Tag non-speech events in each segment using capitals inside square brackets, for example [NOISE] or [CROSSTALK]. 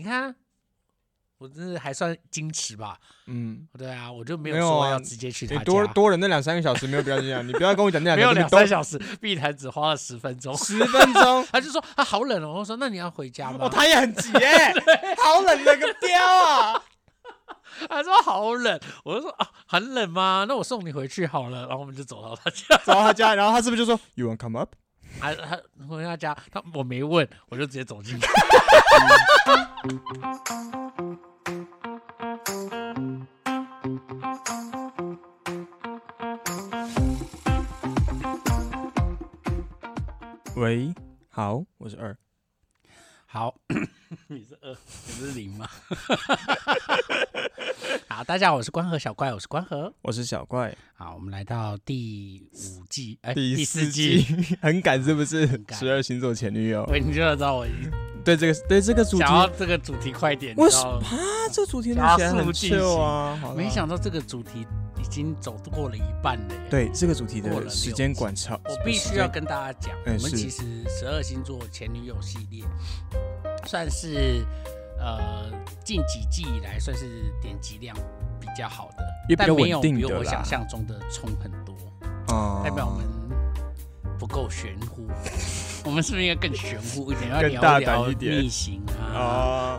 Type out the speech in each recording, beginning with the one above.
他，我真的还算矜持吧。嗯，对啊，我就没有没有说啊要直接去他你家。多多忍那两三个小时没有比较这样，你不要跟我讲那没有两两个三小小时，碧潭只花了十分钟。，时，十分钟 [LAUGHS] 他就说他好冷哦，我说那你要回家吗？哦，他也很急 [LAUGHS] 耶，好冷的个雕啊！他说好冷，我就说啊很冷吗？那我送你回去好了。然后我们就走到他家，走到他家，然后他是不是就说 You want come up？他他回他家，他我没问，我就直接走进去。喂，好，我是二，好，你是二，你不是零吗？好，大家好，我是关河小怪，我是关河。我是小怪，好，我们来到第五季，哎、第四季。 [LAUGHS] 很赶是不是很？赶十二星座前 [LAUGHS] 女友，我你就知道我已经对这个对这个主题想，要这个主题快点，为你知什道吗啊，这主题录加起来速很进 chill 啊，好啦没想到这个主题已经走过了一半了耶。对这个主题过了的六时间管超，我必须时间要跟大家讲，我哎们是其实十二星座前女友系列算是呃近几季以来算是点击量比较好的，也比但较没稳有定比的我啦想象中的冲很多，啊代表我们不够玄乎。 [LAUGHS] 我们是不是应该更玄乎一点，要更聊大一聊胆一点逆行啊啊，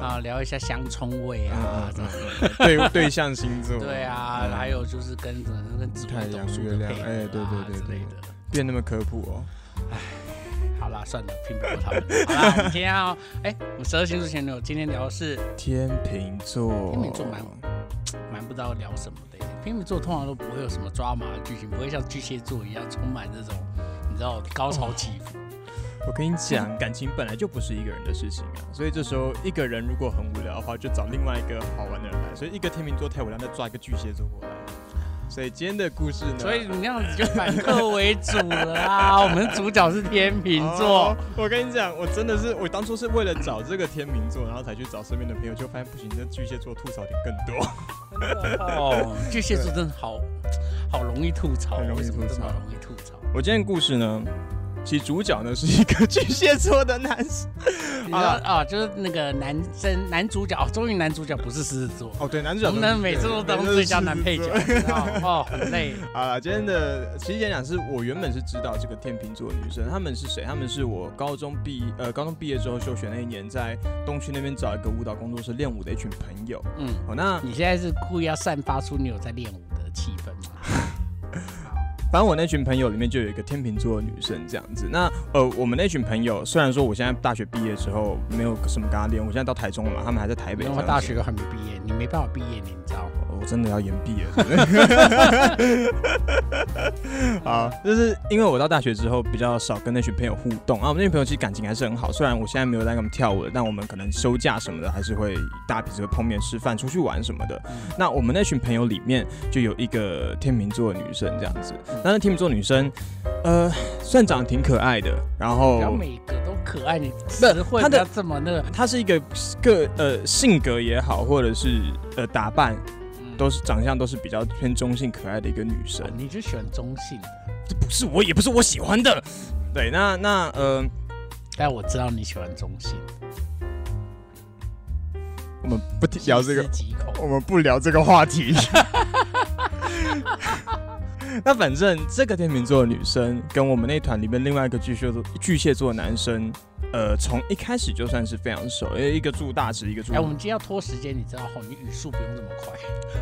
啊，聊一下相冲位啊嗯嗯嗯这样子对对象星座，对啊，还有就是跟可能跟紫嗯太微斗阳数月的亮配合啊哎对对对之对类的。变那么科普哦。好啦，算了，拼不过他们。好啦，我们今天要，哎、我们十二星座前女友今天聊的是天秤座，天秤座蛮蛮不知道聊什么的耶。天秤座通常都不会有什么抓马的剧情，不会像巨蟹座一样充满这种你知道高潮起伏。哦我跟你讲，感情本来就不是一个人的事情啊， [LAUGHS] 所以这时候一个人如果很无聊的话，就找另外一个好玩的人来。所以一个天秤座太无聊，再抓一个巨蟹座过来。所以今天的故事呢，所以你那样子就反客为主了啦。我们主角是天秤座哦，我跟你讲，我真的是我当初是为了找这个天秤座，然后才去找身边的朋友，就发现不行，这巨蟹座吐槽点更多。哦，巨蟹座真的好好容易吐槽，很容易为什么吐这么槽容易吐槽？ [LAUGHS] 我今天的故事呢，其实主角呢是一个巨蟹座的男生。你知道啊，就是那个男生男主角，哦终于男主角不是狮子座。哦，对，男主角我们能每次都当最佳男配角， [LAUGHS] 你知道吗哦，很累。好了，今天的其实讲讲是我原本是知道这个天秤座的女生，她们是谁？她们是我高中毕呃高中毕业之后休学那一年，在东区那边找一个舞蹈工作室练舞的一群朋友。嗯，哦，那你现在是故意要散发出你有在练舞的气氛吗？反正我那群朋友里面就有一个天秤座的女生这样子。那呃，我们那群朋友虽然说我现在大学毕业之后没有什么跟她练，我现在到台中了嘛，他们还在台北因为这样我子。大学都还没毕业，你没办法毕业，你知道吗？我真的要延毕了 [LAUGHS] 是不是。好，就是因为我到大学之后比较少跟那群朋友互动啊，我们那群朋友其实感情还是很好，虽然我现在没有在跟他们跳舞了，但我们可能休假什么的还是会大家彼此会碰面吃饭、出去玩什么的。那我们那群朋友里面就有一个天秤座的女生这样子，那那天秤座女生，呃，算长得挺可爱的，然后然后每个都可爱，你词汇他不的要这么那个，她是一个个呃性格也好，或者是呃打扮嗯都是长相都是比较偏中性可爱的一个女生哦，你就喜欢中性的。这不是我，也不是我喜欢的。对，那那呃，但我知道你喜欢中性，我们不提聊这个细，思极恐。 [LAUGHS] 我们不聊这个话题。 [LAUGHS] 那反正这个天秤座的女生跟我们那团里面另外一个巨蟹座巨蟹座的男生，呃，从一开始就算是非常熟，因呃为一个住大直，一个住哎、。我们今天要拖时间，你知道吼，你语速不用这么快，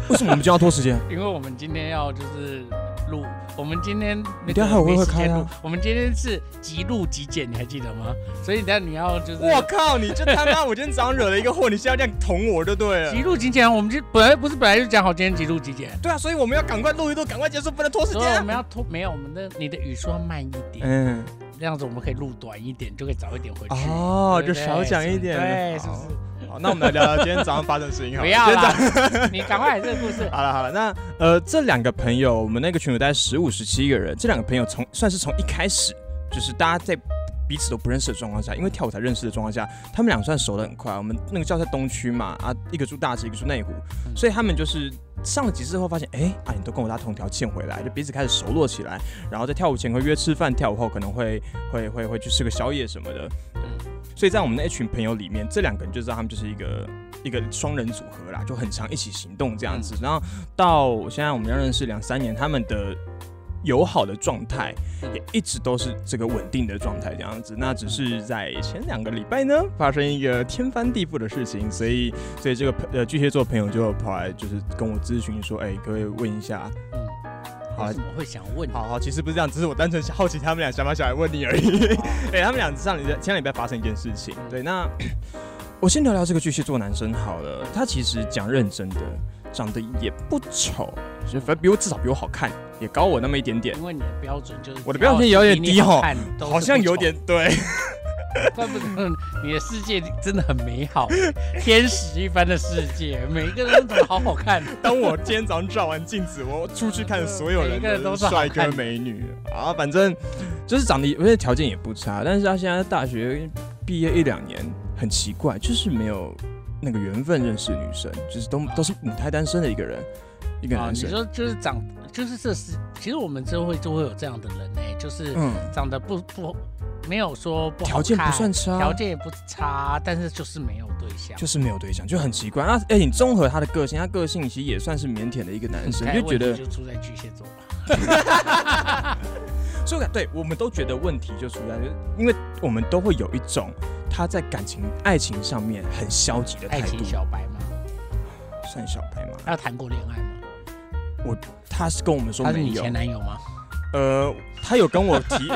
为什么我们就要拖 [LAUGHS] 时间？因为我们今天要就是录，我们今天那你等一下个还有会没会时间开啊录，我们今天是即录即剪，你还记得吗？所以等一下你要就是我靠！你就他妈我今天早上惹了一个祸，你现在这样捅我就对了极。录极简，我们就本来不是本来就讲好今天极录极简，对啊，所以我们要赶快录一录，赶快结束，不能拖时所以我间。啊们要拖没有我们的你的语速要慢一点，嗯，这样子我们可以录短一点，就可以早一点回去。哦，对就不少对讲一是不是点。对，是好不是？好，那我们来聊聊今天早上发生的事情好 [LAUGHS] 不了。要今天早啦， [LAUGHS] 你赶快来这个故事。 [LAUGHS] 好了好了，那呃，这两个朋友，我们那个群有大概十五十七个人，这两个朋友从算是从一开始就是大家在彼此都不认识的状况下，因为跳舞才认识的状况下，他们俩算熟的很快。我们那个叫在东区嘛，啊，一个住大直，一个住内湖，嗯所以他们就是上了几次后发现，哎、啊，你都跟我搭同条线回来，就彼此开始熟络起来，然后在跳舞前会约吃饭，跳舞后可能会会会会去吃个宵夜什么的。嗯所以在我们那一群朋友里面，这两个人就知道他们就是一个一个双人组合啦，就很常一起行动这样子。然后到现在我们要认识两三年，他们的友好的状态也一直都是这个稳定的状态这样子。那只是在前两个礼拜呢，发生一个天翻地覆的事情，所以所以这个朋呃巨蟹座朋友就跑来就是跟我咨询说，哎、可不可以问一下？嗯，好为什么会想问你？好好，其实不是这样，只是我单纯想好奇他们俩想不想来问你而已。 [LAUGHS] 对、他们俩上礼拜前两礼拜发生一件事情。对， [LAUGHS] 那我先聊聊这个巨蟹座男生好了。他其实讲认真的，长得也不丑，就反正比我至少比我好看，也高我那么一点点，因为你的标准就是我的标准有点低吼吼，好像有点，对。怪不得你的世界真的很美好，天使一般的世界，每一个人都长得好好 [LAUGHS] 看。当我今天早上照完镜子，我出去看所有每人一个人都是好帅看哥美女啊，反正就是长得也，而且条件也不差，但是他现在大学毕业一两年，很奇怪，就是没有那个缘分认识女生，就是都都是母胎单身的一个人，一个啊，男你生。说就是长，就是这是，其实我们就会就会有这样的人哎、就是嗯，长得不不没有说不好条件不看算差，啊条件也不差，但是就是没有对象。就是没有对象，就很奇怪。那哎、你综合他的个性，他个性其实也算是腼腆的一个男生，大概就觉得问题就出在巨蟹座吧。所以我感对我们都觉得问题就出在，就是因为我们都会有一种他在感情、爱情上面很消极的态爱度情，小白嘛，算小白吗？他有谈过恋爱吗？他是跟我们说他是没你有前，男友吗？呃，他有跟我 [LAUGHS] 提，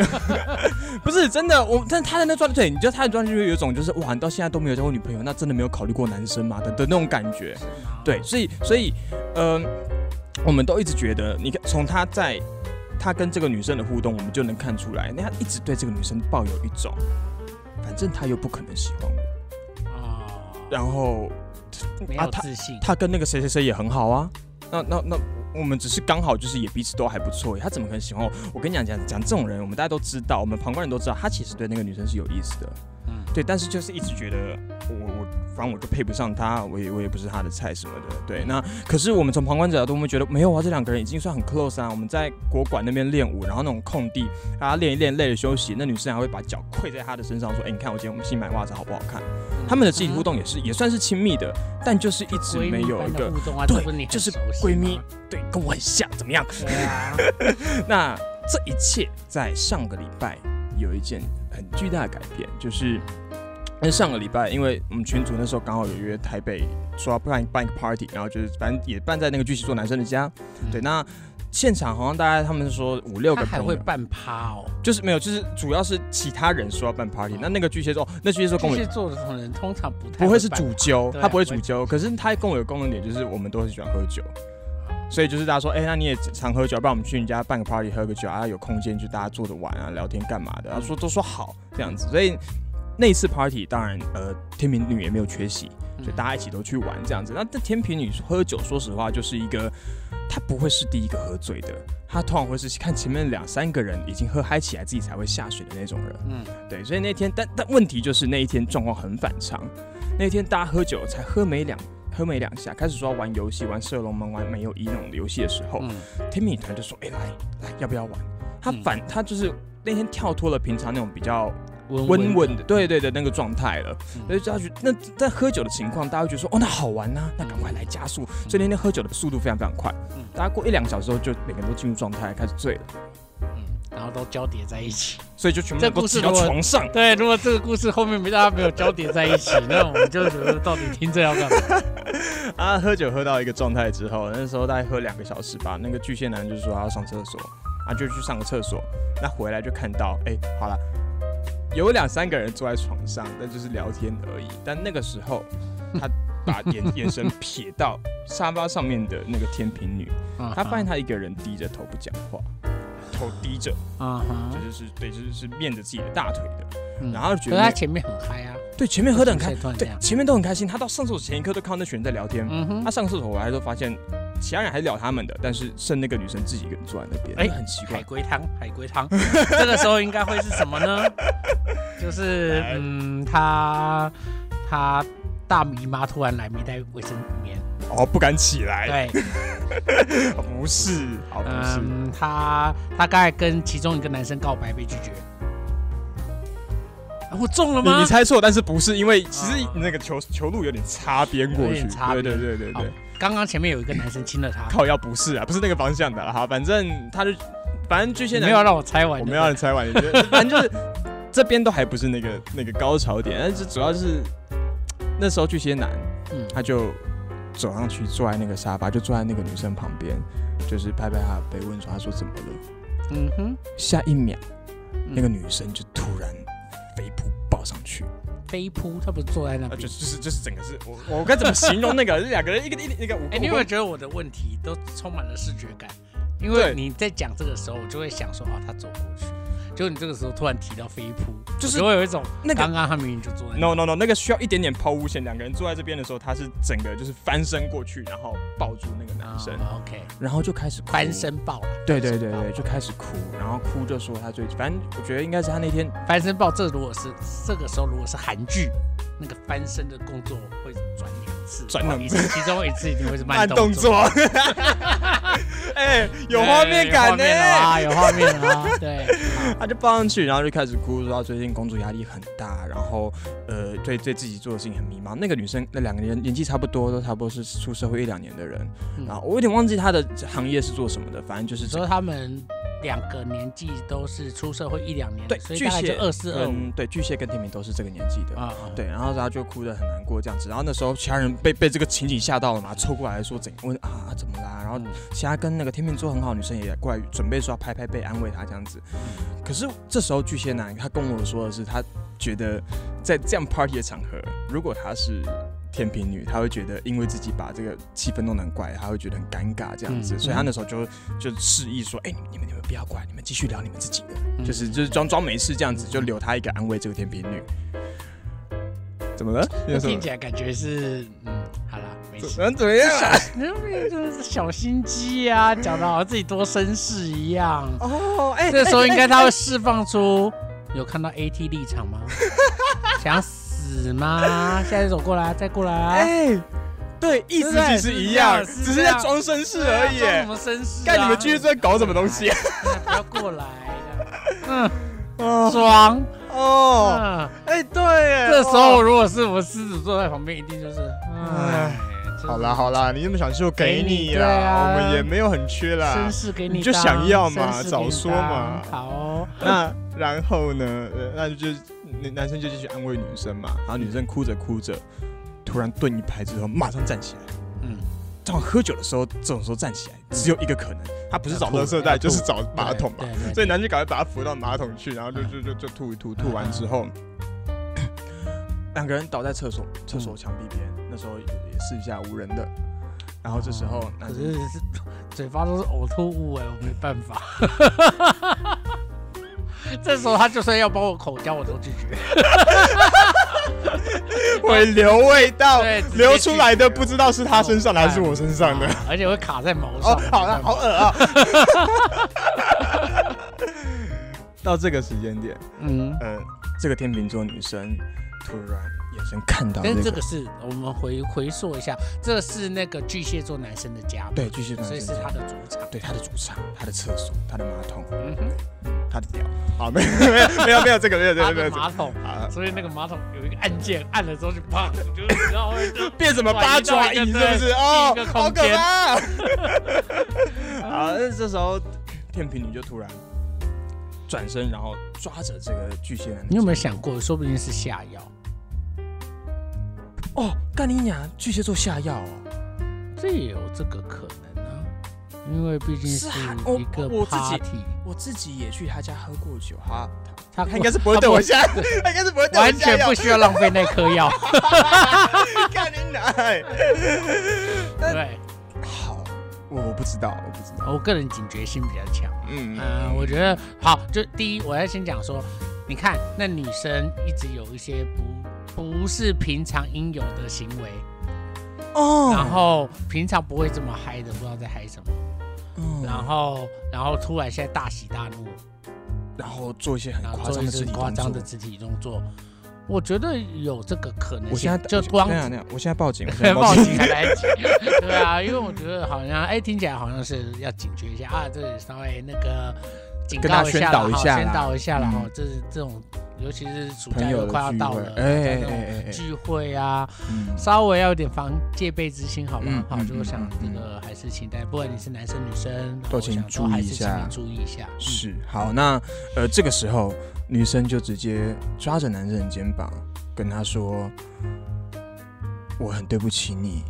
不是真的，我但他的那状态，对你知道他的状态就有一种就是哇，你到现在都没有交过女朋友，那真的没有考虑过男生吗？的的那种感觉，是吗，对，所以所以，嗯、我们都一直觉得，你看从他在。他跟这个女生的互动，我们就能看出来，那他一直对这个女生抱有一种，反正他又不可能喜欢我，哦，然后没啊有他自信，他跟那个谁谁谁也很好啊，那那那我们只是刚好就是也彼此都还不错耶，他怎么可能喜欢我？我跟你讲讲讲这种人，我们大家都知道，我们旁观人都知道，他其实对那个女生是有意思的，嗯对，但是就是一直觉得我我反正我就配不上他，我也我也不是他的菜什么的，对。那可是我们从旁观者角度，我们觉得没有啊，这两个人已经算很 close 啊。我们在国馆那边练舞，然后那种空地，大家练一练累了休息，那女生还会把脚跪在他的身上说：“哎、你看我今天我们新买袜子好不好看？”他们的肢体互动也是也算是亲密的，但就是一直闺没蜜有般一的个互动啊，对这不你很就是熟悉闺蜜吗，对跟我很像，怎么样？对啊， [LAUGHS] 那这一切在上个礼拜有一件很巨大的改变，就是那上个礼拜，因为我们群主那时候刚好有约台北，说要办办一个 party，然后就是反正也办在那个巨蟹座男生的家。嗯对，那现场好像大概他们说五六个他还朋会友，办趴哦。就是没有，就是主要是其他人说要办 party，、那那个巨蟹座，哦那巨蟹座跟巨我蟹座的这种人通常不太不会是办主揪，对啊他不会主不会揪，可是他跟我有共同点，就是我们都很喜欢喝酒，所以就是大家说，哎、那你也常喝酒，不然我们去你家办个 party 喝个酒啊，有空间就大家坐着玩啊，聊天干嘛的，然后说都说好这样子，所以那一次 party 当然呃天平女也没有缺席，所以大家一起都去玩这样子。那这天平女喝酒，说实话就是一个，她不会是第一个喝醉的，她通常会是看前面两三个人已经喝嗨起来，自己才会下水的那种人。嗯，对，所以那天，但但问题就是那一天状况很反常。那天大家喝酒，才喝没两喝没两下，开始说要玩游戏，玩射龙门，玩没有一那种游戏的时候，嗯天命女团就说：“哎、来来，要不要玩？”他嗯反、他就是那天跳脱了平常那种比较温温稳的，对对的那个状态了，嗯所以大家觉得那在喝酒的情况，大家会觉得说：“哦，那好玩呐、那赶快来加速。”所以那天喝酒的速度非常非常快，嗯大家过一两个小时后就每个人都进入状态，开始醉了，嗯，然后都交叠在一起。所以就全部这人都故事挤到如果床 [LAUGHS] 上。对，如果这个故事后面没大家没有交叠在一起，那我们就觉得到底听这要干 [LAUGHS] 嘛？啊，喝酒喝到一个状态之后，那时候大概喝两个小时吧。那个巨蟹男就说他要上厕所，啊，就去上个厕所。那回来就看到，哎、好了，有两三个人坐在床上，但就是聊天而已。但那个时候，他把眼眼神瞥到沙发上面的那个天平女，啊他发现他一个人低着头不讲话，头低着，啊就哈，是是对，就是是面着自己的大腿的。嗯然后就觉可是得那他个前面很嗨啊，对前面喝得很开为什么现在突然，这对样前面都很开心。他到上厕所前一刻都看到那群人在聊天，哎嗯哼他，上厕所回来都发现其他人还聊他们的，但是剩那个女生自己一个人坐在那边，哎、哎很奇海龟怪。汤，海龟 [LAUGHS] 汤，这个时候应该会是什么呢？就是来嗯，他他大姨妈突然来没带卫生棉，哦，不敢起来，对，哦不是，好不是，嗯，他他刚才跟其中一个男生告白被拒绝，啊我中了你吗你？猜错，但是不是因为其实啊那个球球路有点擦边过有去点，擦对边对对对好对，刚刚前面有一个男生亲了他，靠腰不是啊，不是那个方向的啦哈，反正他就反正巨蟹你男没有让我猜完，我们要你猜完，你觉得 [LAUGHS] 反正就是这边都还不是那个那个高潮点，但是主要是那时候巨蟹男嗯，他就走上去坐在那个沙发，就坐在那个女生旁边，就是拍拍她的背，问说她说怎么了？嗯哼，下一秒，嗯那个女生就突然飞扑抱上去，飞扑，他不是坐在那啊，边就。就是就是整个是 [LAUGHS] 我我该怎么形容那个两个人一个一个一个五 [LAUGHS] 哎、你有没有觉得我的问题都充满了视觉感？因为对你在讲这个时候，我就会想说，哦，他走过去。就你这个时候突然提到飞扑，就是我会有一种那个刚刚他明明就坐在那， No no no，那个需要一点点抛物线，两个人坐在这边的时候，他是整个就是翻身过去，然后抱住那个男生，哦、OK，然后就开始哭翻。身抱啊了。对对对对，就开始哭，然后哭就说他最，反正我觉得应该是他那天翻身抱，这如果是这个时候如果是韩剧，那个翻身的动作会转两次，转两一次，其中一次一定会是慢动动作，作， [LAUGHS] 哎、有画面感呢、哎有画面了啊，有 [LAUGHS] 画面了啊，对，他就抱上去，然后就开始哭，说他最近工作压力很大，然后呃，对对自己做的事情很迷茫。那个女生，那两个人年纪差不多，都差不多是出社会一两年的人，嗯然后我有点忘记她的行业是做什么的，反正就是你这个说他们两个年纪都是出社会一两年，对所以巨大概就蟹二四二五嗯，对，巨蟹跟天平都是这个年纪的。啊，对，然后他就哭得很难过这样子，然后那时候其他人被被这个情景吓到了嘛，凑过来说怎问啊怎么啦，然后嗯其他跟那个天秤座很好的女生也过来准备说要拍拍背安慰他这样子，可是这时候巨蟹男他跟我说的是，他觉得在这样 party 的场合，如果他是天平女，他会觉得因为自己把这个气氛弄得很怪，他会觉得很尴尬这样子，嗯所以他那时候就就示意说，哎、你们你们不要过来，你们继续聊你们自己的，嗯就是就是装装没事这样子，就留他一个安慰这个天平女。怎么了？你有什么听起来感觉是，嗯，好啦，没事。 [LAUGHS] 嗯，怎么样啊？那不就是小心机啊，讲的好像自己多绅士一样。哦，[LAUGHS] 哎这时候应该他会释放出，有看到 AT 立场 [LAUGHS] 吗？想死吗？现在走过来，再过来啊！哎、对，意思其实一样，是不是啊只是在装绅士而已。对啊装什么绅士、啊？看你们继续在搞什么东西、哎不要过来，这样嗯，哦爽。 [LAUGHS] 哦，嗯，哎、对耶，这时候哦。如果是我狮子座在旁边，一定就是，哎哎，就是好啦好啦，你这么想就给给你你啦，对啊我们也没有很缺啦绅。士给你你就当想要绅嘛士给你早说嘛当好哦，那然后呢？呃那就那男生就继续安慰女生嘛，然后女生哭着哭着，突然顿一拍之后，马上站起来。嗯，这种喝酒的时候，这种时候站起来只有一个可能，他不是找垃圾袋，要吐就是找马桶嘛对。对对所以男生赶快把他扶到马桶去，然后就就就就吐一吐，吐完之后，两个人倒在厕所厕所墙壁边，那时候也是一下无人的。然后这时候哦男可生是是 [LAUGHS] 嘴巴都是呕吐物哎、我没办法。 [LAUGHS] 这时候他就算要帮我口交，我都拒 [LAUGHS] 绝。会留味道对直，接流出来的不知道是他身上的还是我身上的。啊而且会卡在毛上。哦，好了，没办法好，恶啊！ [LAUGHS] 到这个时间点，嗯。嗯，这个天秤座女生突然眼神看到但那是这个个是我们回回溯一下，这是那个巨蟹座男生的家嘛，对巨蟹座所男以是生他的主场。对他的主场、他的厕所、他的马桶、嗯哼，他的屌。好， [LAUGHS] 没有没有没有没有这个没有这他个没哦的有这马个桶，啊，所以那个马桶有一个按键，按了之后就砰，就是然后会就变什么八爪鱼是不是？哇哦你到一个对，好可进一个 [LAUGHS] 怕！啊，那这时候天平女就突然转身，然后抓着这个巨蟹男的。 [LAUGHS] 你有没有想过，说不定是下药？哦，干你娘！巨蟹座下药啊！这也有这个可能啊，因为毕竟是是啊一个我我自己 party，我自己也去他家喝过酒，哈，他他应该是不会对我下，他应该是不会对我完下全药不。需要浪费那颗药。 [LAUGHS] 干你娘！哎对，好，我我不知道，我不知道。我个人警觉性比较强。嗯嗯，我觉得好，就第一，我要先讲说，你看那女生一直有一些不不是平常应有的行为，哦然后平常不会这么嗨的，不知道在嗨什么，嗯然后然后突然现在大喜大怒，然后做一些很然后哎夸做张一的些肢体夸动张的作。肢体动作，我觉得有这个可能性。我现在就光那样，我现在报警，我现 [LAUGHS] 在对报警。警还来得及。对啊，因为我觉得好像哎，听起来好像是要警觉一下啊，这里稍微那个警跟大告家一下宣啦导一哈下宣啦导一下了哈嗯。这是这种，尤其是暑朋假友又的快要聚到会了，哎这哎种哎哎，聚会啊，嗯稍微要有点防戒备之心，好不嗯好？好，嗯就我嗯想嗯这嗯个还是请大家，不管你是男生女生，都我请想注意还是一请下你注意一下。嗯，是好。那呃，这个时候女生就直接抓着男生的肩膀，跟他说：“我很对不起你，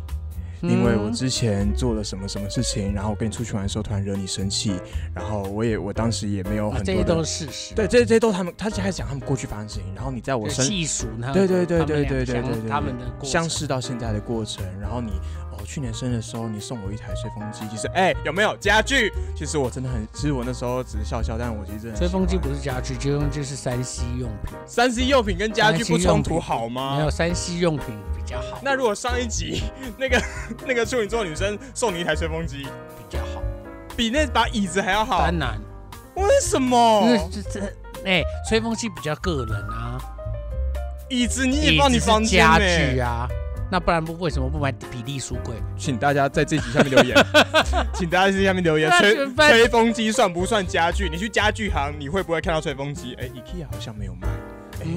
因为我嗯之前做了什么什么事情，然后我跟你出去玩的时候突然惹你生气，然后我也我当时也没有啊很这多些的、都是事实。啊对，这这些都是他们，他开始讲他们过去发生的事情，然后你在我就身细数呢，对对对啊他们对俩对对相对对对他们的过相程识到现在的过程，然后你哦，去年生日的时候你送我一台吹风机，其实哎有没有家具？其实我真的很，其实我那时候只是笑笑，但我其实真的吹风机不是是家具，吹风机是山西用品，三 C 用品跟家具不冲突好没吗有？山西用品比较好，那如果上一集 [LAUGHS] 那个那个处女座女生送你一台吹风机，比较好。哦比那把椅子还要好，当然，为什因为么？这这哎，吹风机比较个人啊，椅子你椅也放你子是房间家欸具啊，那不然不为什么不买比例书柜？请大家在这集下面留言， [LAUGHS] 请大家在下面留言，那吹全班吹风机算不算家具？你去家具行，你会不会看到吹风机？哎、i k e a 好像没有卖。嗯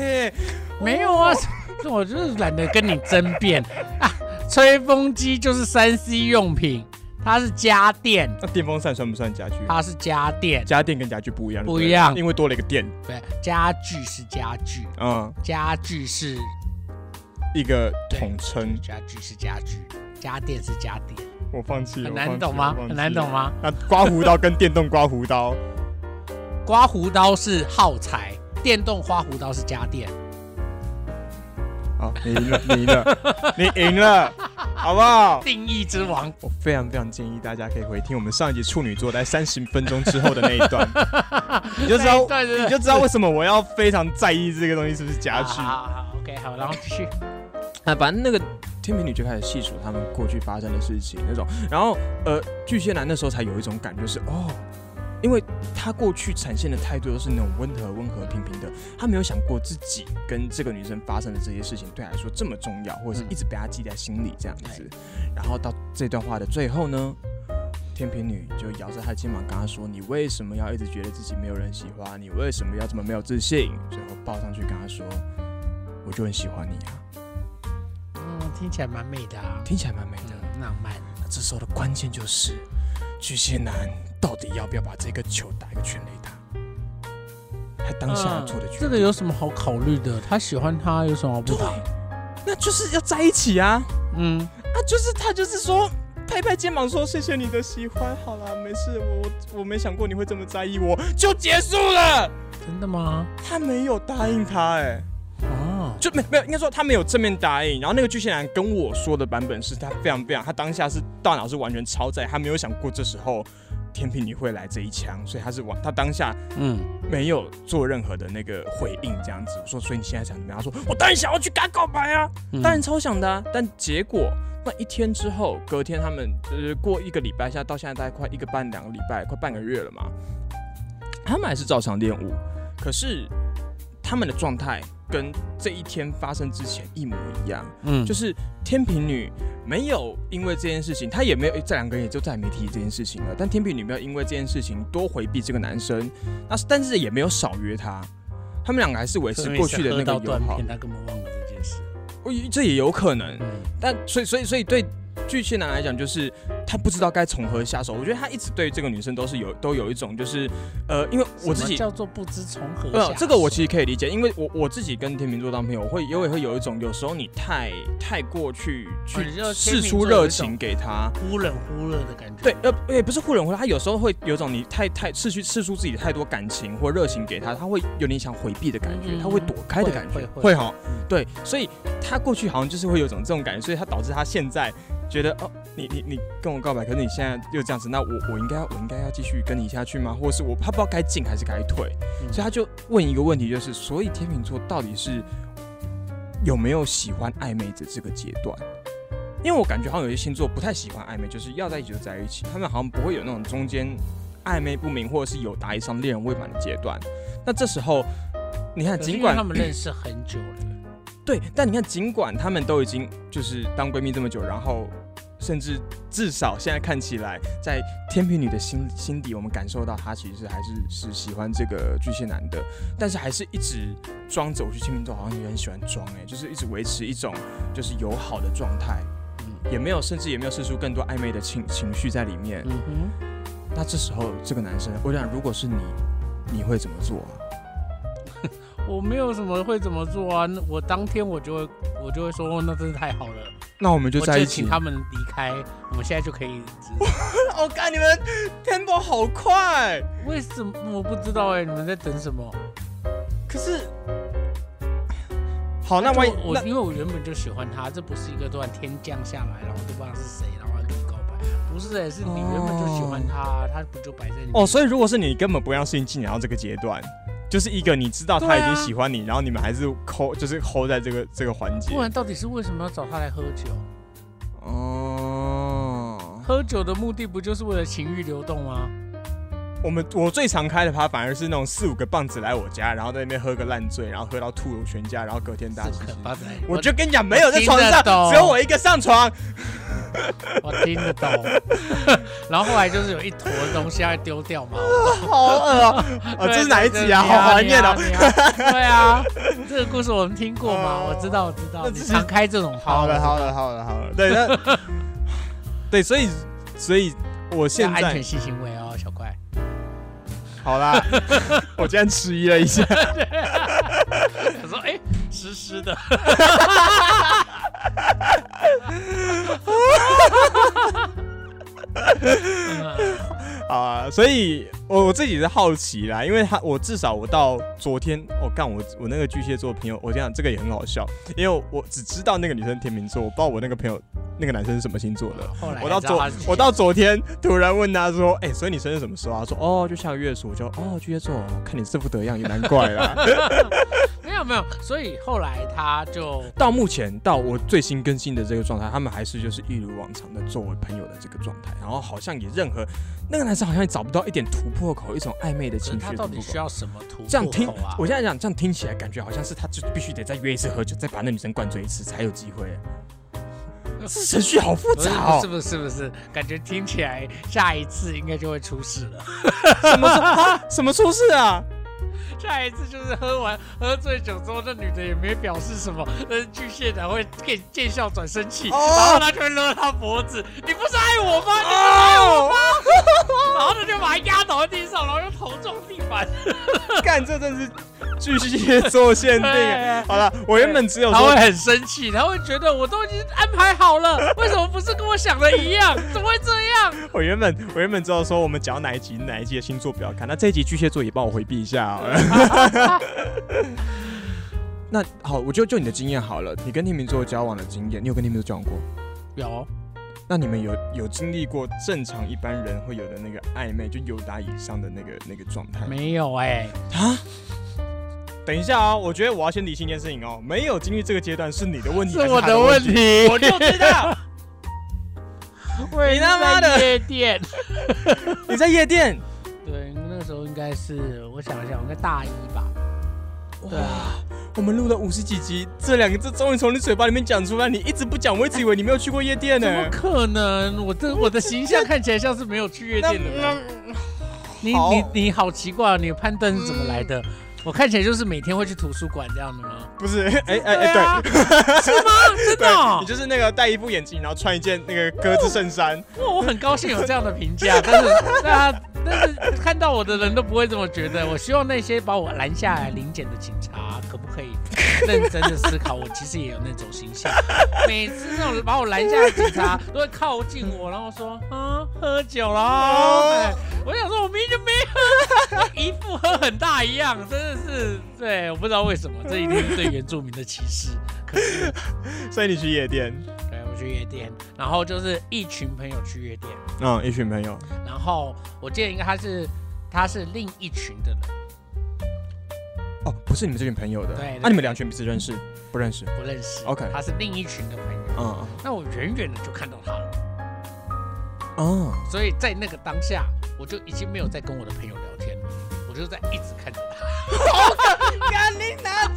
哎、没有啊， [LAUGHS] 我就是懒得跟你争辩啊。吹风机就是三 C 用品，它是家电，那电风扇算不算家具？它是家电，家电跟家具不一样，对不对一样因为多了一个电，对，家具是家具，嗯，家具是一个对统称。家具是家具，家电是家电，我放弃了，很我放难弃懂吗？了很难。我懂吗？放弃了那刮胡刀跟电动刮胡刀，刮胡刀是耗材，电动刮胡刀是家电。好，你赢了，你赢了，你赢了， [LAUGHS] 好不好？定义之 [LAUGHS] 王，我非常非常建议大家可以回听我们上一集处女座在三十分钟之后的那一 [LAUGHS] 段，你就知道那一段真的你就知道为什么我要非常在意这个东西是不是家具。好好好好，OK，好，然后继续。啊，反正那个天平女就开始细数他们过去发生的事情那种，然后呃，巨蟹男那时候才有一种感觉是哦，因为他过去呈现的态度都是那种温和、温和、平平的，他没有想过自己跟这个女生发生的这些事情对他来说这么重要，或者是一直被他记在心里这样子。然后到这段话的最后呢。天平女就摇着他的肩膀，跟他说：“你为什么要一直觉得自己没有人喜欢？你为什么要这么没有自信？”最后抱上去跟他说：“我就很喜欢你啊！”嗯，听起来蛮美的啊，听起来蛮美的。嗯，浪漫。那这时候的关键就是，巨蟹男到底要不要把这个球打一个全垒打？他当下嗯做的决定，这个有什么好考虑的？他喜欢他有什么好不对好？，那就是要在一起啊！嗯，啊，就是他就是说。拍拍肩膀说：“谢谢你的喜欢，好啦，没事，我我我没想过你会这么在意我，就结束了。真的吗？”他没有答应他、哎，哦，就没没有，应该说他没有正面答应。然后那个巨蟹男跟我说的版本是他非常非常，他当下是大脑是完全超载，他没有想过这时候天平女会来这一枪，所以他是完，他当下嗯，没有做任何的那个回应，这样子。我说，所以你现在想怎么样？他说，我当然想要去跟他告白啊，嗯当然超想的、啊。但结果那一天之后，隔天他们就是过一个礼拜，现在到现在大概快一个半两个礼拜，快半个月了嘛，他们还是照常练舞，可是他们的状态跟这一天发生之前一模一样。嗯，就是是天平女没有因为这件事情，她也没有这两个人也就再也没提这件事情了。但天平女没有因为这件事情多回避这个男生，那但是也没有少约他，他们两个还是维持过去的那个友断好片，。他根本忘了这件事。我这也有可能，嗯，但所以所以所以对巨蟹男来讲，就是他不知道该从何下手。我觉得他一直对这个女生都是有都有一种就是呃，因为我自什么己叫做不知从何没下有手。这个我其实可以理解，因为我我自己跟天秤座当朋友，我会我也会有一种，有时候你太太过去去哦你就是试天秤出座热有一情种给他，忽冷忽热的感觉。对，呃，也不是忽冷忽热，他有时候会有种你太太失去试出自己太多感情或热情给他，他会有点想回避的感觉，嗯嗯他会躲开的感觉会，会哈，对，所以他过去好像就是会有种这种感觉，所以他导致他现在觉得哦，你你你跟我告白，可是你现在又这样子，那我我应该我应该要继续跟你下去吗？或者是我他不知道该进还是该退，嗯所以他就问一个问题，就是所以天秤座到底是有没有喜欢暧昧的这个阶段？因为我感觉好像有些星座不太喜欢暧昧，就是要在一起就在一起，他们好像不会有那种中间暧昧不明或者是有达以上恋人未满的阶段。那这时候，你看，可是因尽为管他们认识很久了，对，但你看，尽管他们都已经就是当闺蜜这么久，然后甚至至少现在看起来，在天平女的心心底，我们感受到她其实还是是喜欢这个巨蟹男的，但是还是一直装着。我去天秤座好像也很喜欢装，哎，就是一直维持一种就是友好的状态，也没有甚至也没有试出更多暧昧的情情绪在里面。嗯哼，那这时候这个男生，我想如果是你，你会怎么做啊？我没有什么会怎么做啊，那我当天我就会我就会说，哦那真是太好了，那我们就我在一起请。 [LAUGHS] 他们离开，我们现在就可以直。我看、哦你们 tempo 好快，为什么我不知道哎、你们在等什么？可是 [SIGHS] 好，那万一就我那我因为我原本就喜欢他，这不是一个突然天降下来，然后都不知道是谁，然后还跟你告白，不是哎、是你原本就喜欢他，他不就摆在你哦，所以如果是你根本不让事情进展到这个阶段，就是一个你知道他已经对啊喜欢你，然后你们还是抠，就是抠在这个这个环节不。然到底是为什么要找他来喝酒？哦，喝酒的目的不就是为了情欲流动吗？我们我最常开的趴反而是那种四五个棒子来我家，然后在那边喝个烂醉，然后喝到吐全家，然后隔天大四洗五个洗。八仔，我就跟你讲，没有在床我上，听得懂只有我一个上床。我听得 [LAUGHS] 懂。然后后来就是有一坨东西要丢掉嘛。好恶 [LAUGHS] 哦！哦，这是哪一集啊？对好怀念哦。！对对对对啊， [LAUGHS] 对啊这个故事我们听过嘛？哦我知道，我知道。那你只是常开这种好了，好了，了，好了，好了。对，那对，所以，所以我要现安在全性行为哦，小 [LAUGHS] 怪。好啦， [LAUGHS] 我今天迟疑了一下。我说，哎，湿湿 [LAUGHS] 的。嗯啊、所以我我自己是好奇啦，因为他我至少我到昨天，我、干我我那个巨蟹座朋友，我讲这个也很好笑，因为我只知道那个女生天秤座，我不知道我那个朋友那个男生是什么星座的。后来我到才哎知道昨他是我到昨天突然问他说，哎、所以你生日什么时候啊？他说哦，就下个月数。我就哦，巨蟹座，看你这副德样也难怪啦。没有没有，所以后来他就到目前到我最新更新的这个状态，他们还是就是一如往常的作为朋友的这个状态，然后好像也任何那个男生好像也找不到一点突破口，一种暧昧的可情是绪他的到突底破口需要什么突这样听破口啊，？我现在讲这样听起来，感觉好像是他就必须得再约一次喝酒，再把那女生灌醉一次才有机 [LAUGHS] 会。这程序好复不是杂哦不是，不是不是，感觉听起来下一次应该就会出事了。呃什么啊？什么出事啊？下一次就是喝完喝醉酒之后，那女的也没表示什么，但是巨蟹男会给见笑转生气，哦然后他就会勒她脖子，你不是爱我吗？你哦， [LAUGHS] [LAUGHS] 然后他就把她压倒在地上，然后用头撞地 [LAUGHS] 板。干这真是巨蟹座限哎定啊。对好了，我原本只有他会说，很生气，他会觉得我都已经安排好 [LAUGHS] 了，为什么不是跟我想的一样？怎么会这样？我原本我原本只有说我们讲哪一集哪一集的星座不要看，那这一集巨蟹座也帮我回避一下好了。 [LAUGHS] 那好，我就就你的经验好了，你跟天秤座交往的经验，你有跟天秤座交往过？有那你们有有经历过正常一般人会有的那个暧昧，就友达以上的那个那个状态吗？没有？哎，啊？等一下啊，我觉得我要先理清一件事情哦，没有经历这个阶段是你的问题，是我的问，题。我就知 [LAUGHS] 道你他妈的夜店。你在夜店，对，那个时候应该是我想一想，我应该大一吧。对啊，我们录了五十几集，这两个字终于从你嘴巴里面讲出来，你一直不讲，我一直以为你没有去过夜店呢怎、么可能？我这我的形象看起来像是没有去夜那店的人。那你好你你好奇怪、啊，你的判断是怎么来的？我看起来就是每天会去图书馆这样的吗？不 [LAUGHS] 是，哎哎哎，啊， [LAUGHS] 对，是吗？真的哦、你就是那个戴一副眼镜，然后穿一件那个格子衬衫，哇，我很高兴有这样的评价， [LAUGHS] 但是大家但是看到我的人都不会这么觉得。我希望那些把我拦下来临检的警察，可不可以认真的思考？我其实也有那种形象，每次那种把我拦下来的警察都会靠近我，然后说：“啊，喝酒了哦。哦哎我想说，我明明就没喝，我一副喝很大一样，真的是对，我不知道为什么，这一定是对原住民的歧视。可是，所以你去夜店，对我去夜店，然后就是一群朋友去夜店。嗯，一群朋友，然后我记得应该他是他是另一群的人，哦，不是你们这群朋友的，啊对对那、你们两群彼此认识不认识？不认识。 OK 他是另一群的朋友。嗯那我远远的就看到他了，哦，所以在那个当下，我就已经没有在跟我的朋友聊天了，我就在一直看着他。 [LAUGHS] 干你拿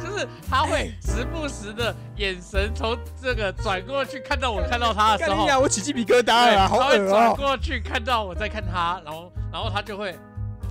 就是是他会时不时的眼神从这个转过去看到我看到他的干时你候，呀！我起鸡皮疙瘩对了，好他会恶转哦、过去看到我在看他，然后然后他就会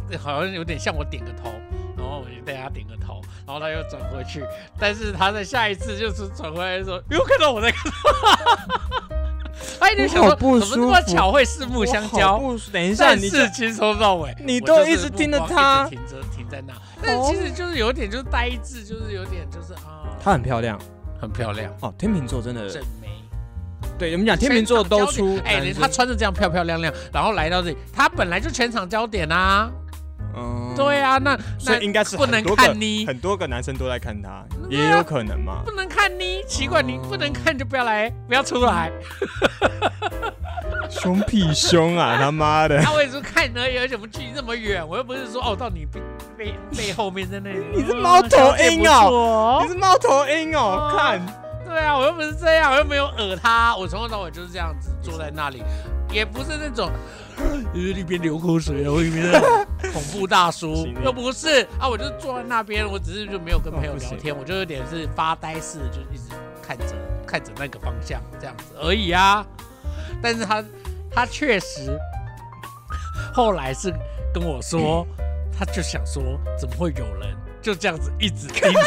呃好像有点向我点个头，然后我就对他点个头，然后他又转回去，但是他在下一次就是转回来的时候又看到我在看他， [LAUGHS] 他一定想说我好不怎么那么舒服巧会四目相我好交。不等一下，但你是其实从头到尾，你我都就是一直盯着目光他一直停着停在那。但其实就是有点就是呆滞，就是有点就是啊，她很漂亮很漂亮，哦，天秤座真的正眉。对，我们讲天秤座都出哎、男你生他穿的这样漂漂亮亮，然后来到这里，他本来就全场焦点啊。嗯对，啊，那所那以应该是不很能多个看你，很多个男生都在看他，对啊也有可能嘛不。能看你，奇怪，你哦不能看就不要来，不要出 [LAUGHS] 来。凶屁凶啊，他妈的！他为什么看而已，而且我们距离这么远，我又不是说哦到你背背背后面在那里。你是嗯猫头小姐鹰不哦错你是猫头鹰哦哦，看对啊，我又不是这样，我又没有讹他，我从头到尾就是这样子坐在那里，也不是那种呃里边流口水，啊然后里面那种恐怖大叔 [LAUGHS] 行，又不是啊，我就坐在那边，我只是就没有跟朋友哦不聊行天，我就有点是发呆似的，就一直看着看着那个方向这样子而已啊。但是他他确实后来是跟我 [LAUGHS] 说，他就想说怎么会有人就这样子一直 [LAUGHS] 盯着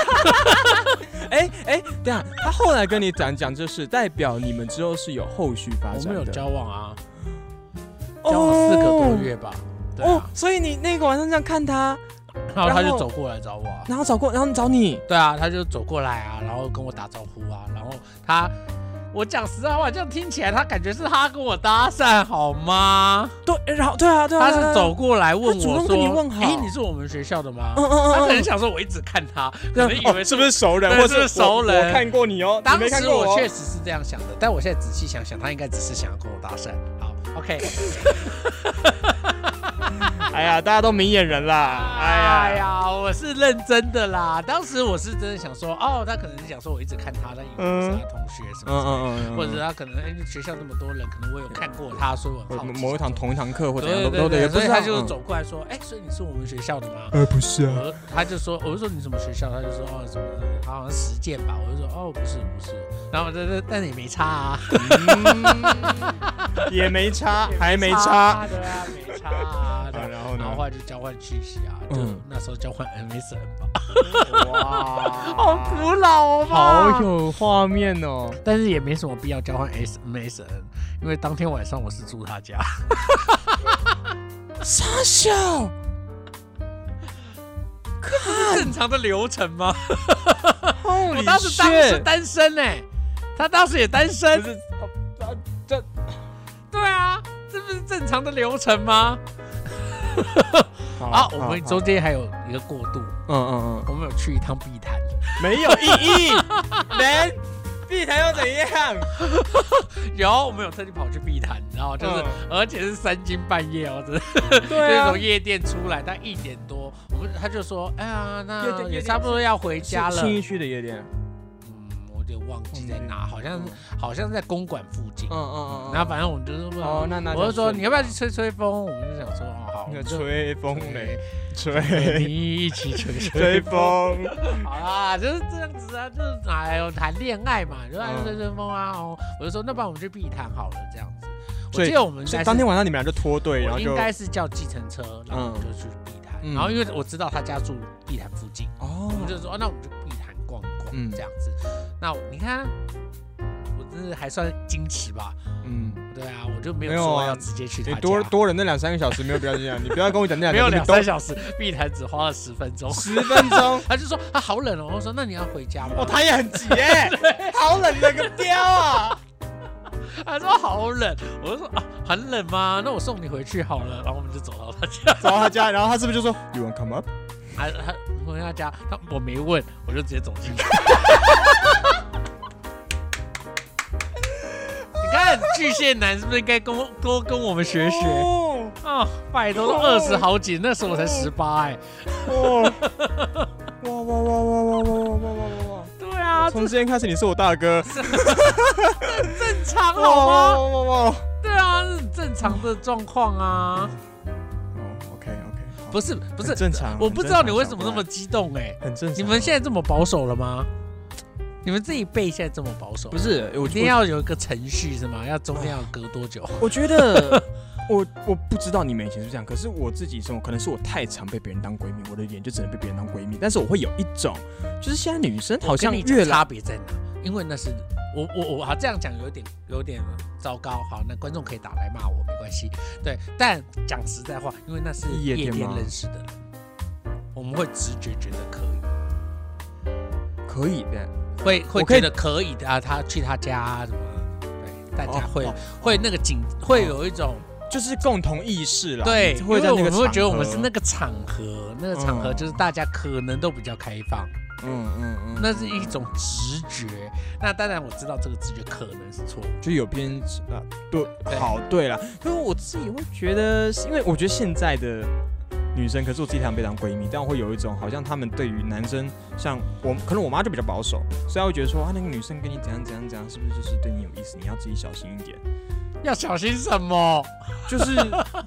哎哎，等一下，他后来跟你讲讲这事，代表你们之后是有后续发我展们有的。交往啊，哦交往四个多月吧。对哦啊，，所以你那个晚上这样看他，然后他然就后走过来找我、啊。然后找过，然后找你，对啊，他就走过来啊，然后跟我打招呼啊，然后他，我讲实在话，这样听起来他感觉是他跟我搭讪好吗？对，然后对啊对他啊，对啊是走，过来问他我说主动：“跟你问好哎、你是我们学校的吗？”嗯嗯嗯他可能嗯想说，我一直看他，可对能以哦为是不是熟人，对或是不是熟人我我看过你哦，当你没看时过我哦确实是这样想的，但我现在仔细想想，他应该只是想要跟我搭讪。好，OK。哎呀，大家都明眼人啦，哎哎呀，呀，我是认真的啦。当时我是真的想说，哦，他可能是想说我一直看他，但以为我是他同学什嗯么的，嗯嗯，或者是他可能哎、学校那么多人，可能我有看过他，所以我很或好奇某一堂同一堂课或者对样对都对，也所不以是他就走过来说，哎、所以你是我们学校的吗？呃不是我就他就说，我就说你什么学校？他就说哦什么，他好像实践吧。我就说哦不是不是，然后但但但也没差啊， [LAUGHS] 也没差，还没嗯差。差，对啊没差啊。对啊啊然后然后呢？后来就交换讯息啊，就嗯那时候交换 MSN 吧，哇，好古老哦， [LAUGHS] 好有画面哦！但是也没什么必要交换 S M S N，因为当天晚上我是住他家，傻笑， [LAUGHS] 正常的流程 [LAUGHS] 吗？我我当时当时单身呢、欸他当时也单身，是啊啊这对啊，这不是正常的流程吗？啊，我们中间还有一个过渡，嗯嗯我们有去一趟碧潭，嗯，没有意 [LAUGHS] 义，人碧潭又怎样？ [LAUGHS] 有我们有特地跑去碧潭，然后就是，嗯而且是三更半夜哦，真的对就是啊从，夜店出来，但一点多，我们他就说，哎呀，夜那店也夜店差不多要回家了。新一区的夜店，嗯，我有点忘记在哪，好像嗯好像在公馆附近嗯。嗯嗯，然后反正我们就是问，哦那那我就说就顺你要不要去吹吹风？我们就想说，哦好，我那们就吹风嘞，吹和你一起吹吹。风， [LAUGHS] 好啦，就是这样子啊，就是哎呦谈恋爱嘛，就爱吹吹风啊。哦，我就说那不然我们去碧潭好了，这样子。我所以记得我们所在以当天晚上你们俩就脱队，然后我应就该是叫计程车，然后我们就去碧潭。嗯然后因为我知道他家住碧潭附近。哦我们就说、哦那我们就碧潭逛一逛嗯这样子。那我你看，啊我真是还算矜持吧？嗯。对啊，我就没有没有说啊要直接去他你家。多多人那两三个小时没有必要这样，你不要跟我讲那没有两两个小三时小时，碧潭只花了十分钟 [LAUGHS]。都。十分钟他就说啊好冷哦，我说那你要回家吗？ [LAUGHS] 哦，他也很急耶，好冷的个雕啊！他说好冷，我就说啊很冷吗？那我送你回去好了。然后我们就 [LAUGHS] 走到他家， [LAUGHS] 走到他家，然后他是不是就说 You want come up？他他回他家，他我没问，我就直接走进去。 [LAUGHS] 你看巨蟹男是不是应该跟我多跟我们学学？哦啊，拜托，都二十好几，那时候我才十八哎。 [LAUGHS] 哦，哇哇哇哇哇哇哇哇哇哇！对啊，从这今天开始你是我大哥，正常哇哇好吗？哇哇哇！对啊，这是正常的状况啊。哦，OK OK，不是不是很正常我不知道你很正常为什么那么激动哎、很正常。啊你们现在这么保守了吗？你们自己背现在这么保守？不，是哎我一定要有一个程序是吗？要中间要隔多久？我 [LAUGHS] 觉得我我不知道你们以前是这样，可是我自己生活可能是我太常被别人当闺蜜，我的脸就只能被别人当闺蜜。但是我会有一种，就是现在女生好像我跟你越讲来差别在哪？因为那是我我我好这样讲有点有点呃糟糕，好，那观众可以打来骂我没关系。对，但讲实在话，因为那是夜夜店店吗认识的人，我们会直觉觉得可以，可以的，会会我可以觉得可以的啊，他去他家、啊、什么的，对，大家哦会、哦会那个紧，会有一种、就是共同意识啦。对，因哦会为在我那个们会觉得场我们合是那个场合，那个场合嗯就是大家可能都比较开放。嗯嗯嗯，那是一种直觉。那当然我知道这个直觉可能是错误，就有偏啊，对，对好，对了，因为我自己会觉得，因为我觉得现在的女生，可是我自己常被当闺蜜，但我会有一种好像她们对于男生，像我，可能我妈就比较保守，所以她会觉得说啊，那个女生跟你怎样怎样怎样，是不是就是对你有意思？你要自己小心一点，要小心什么？就是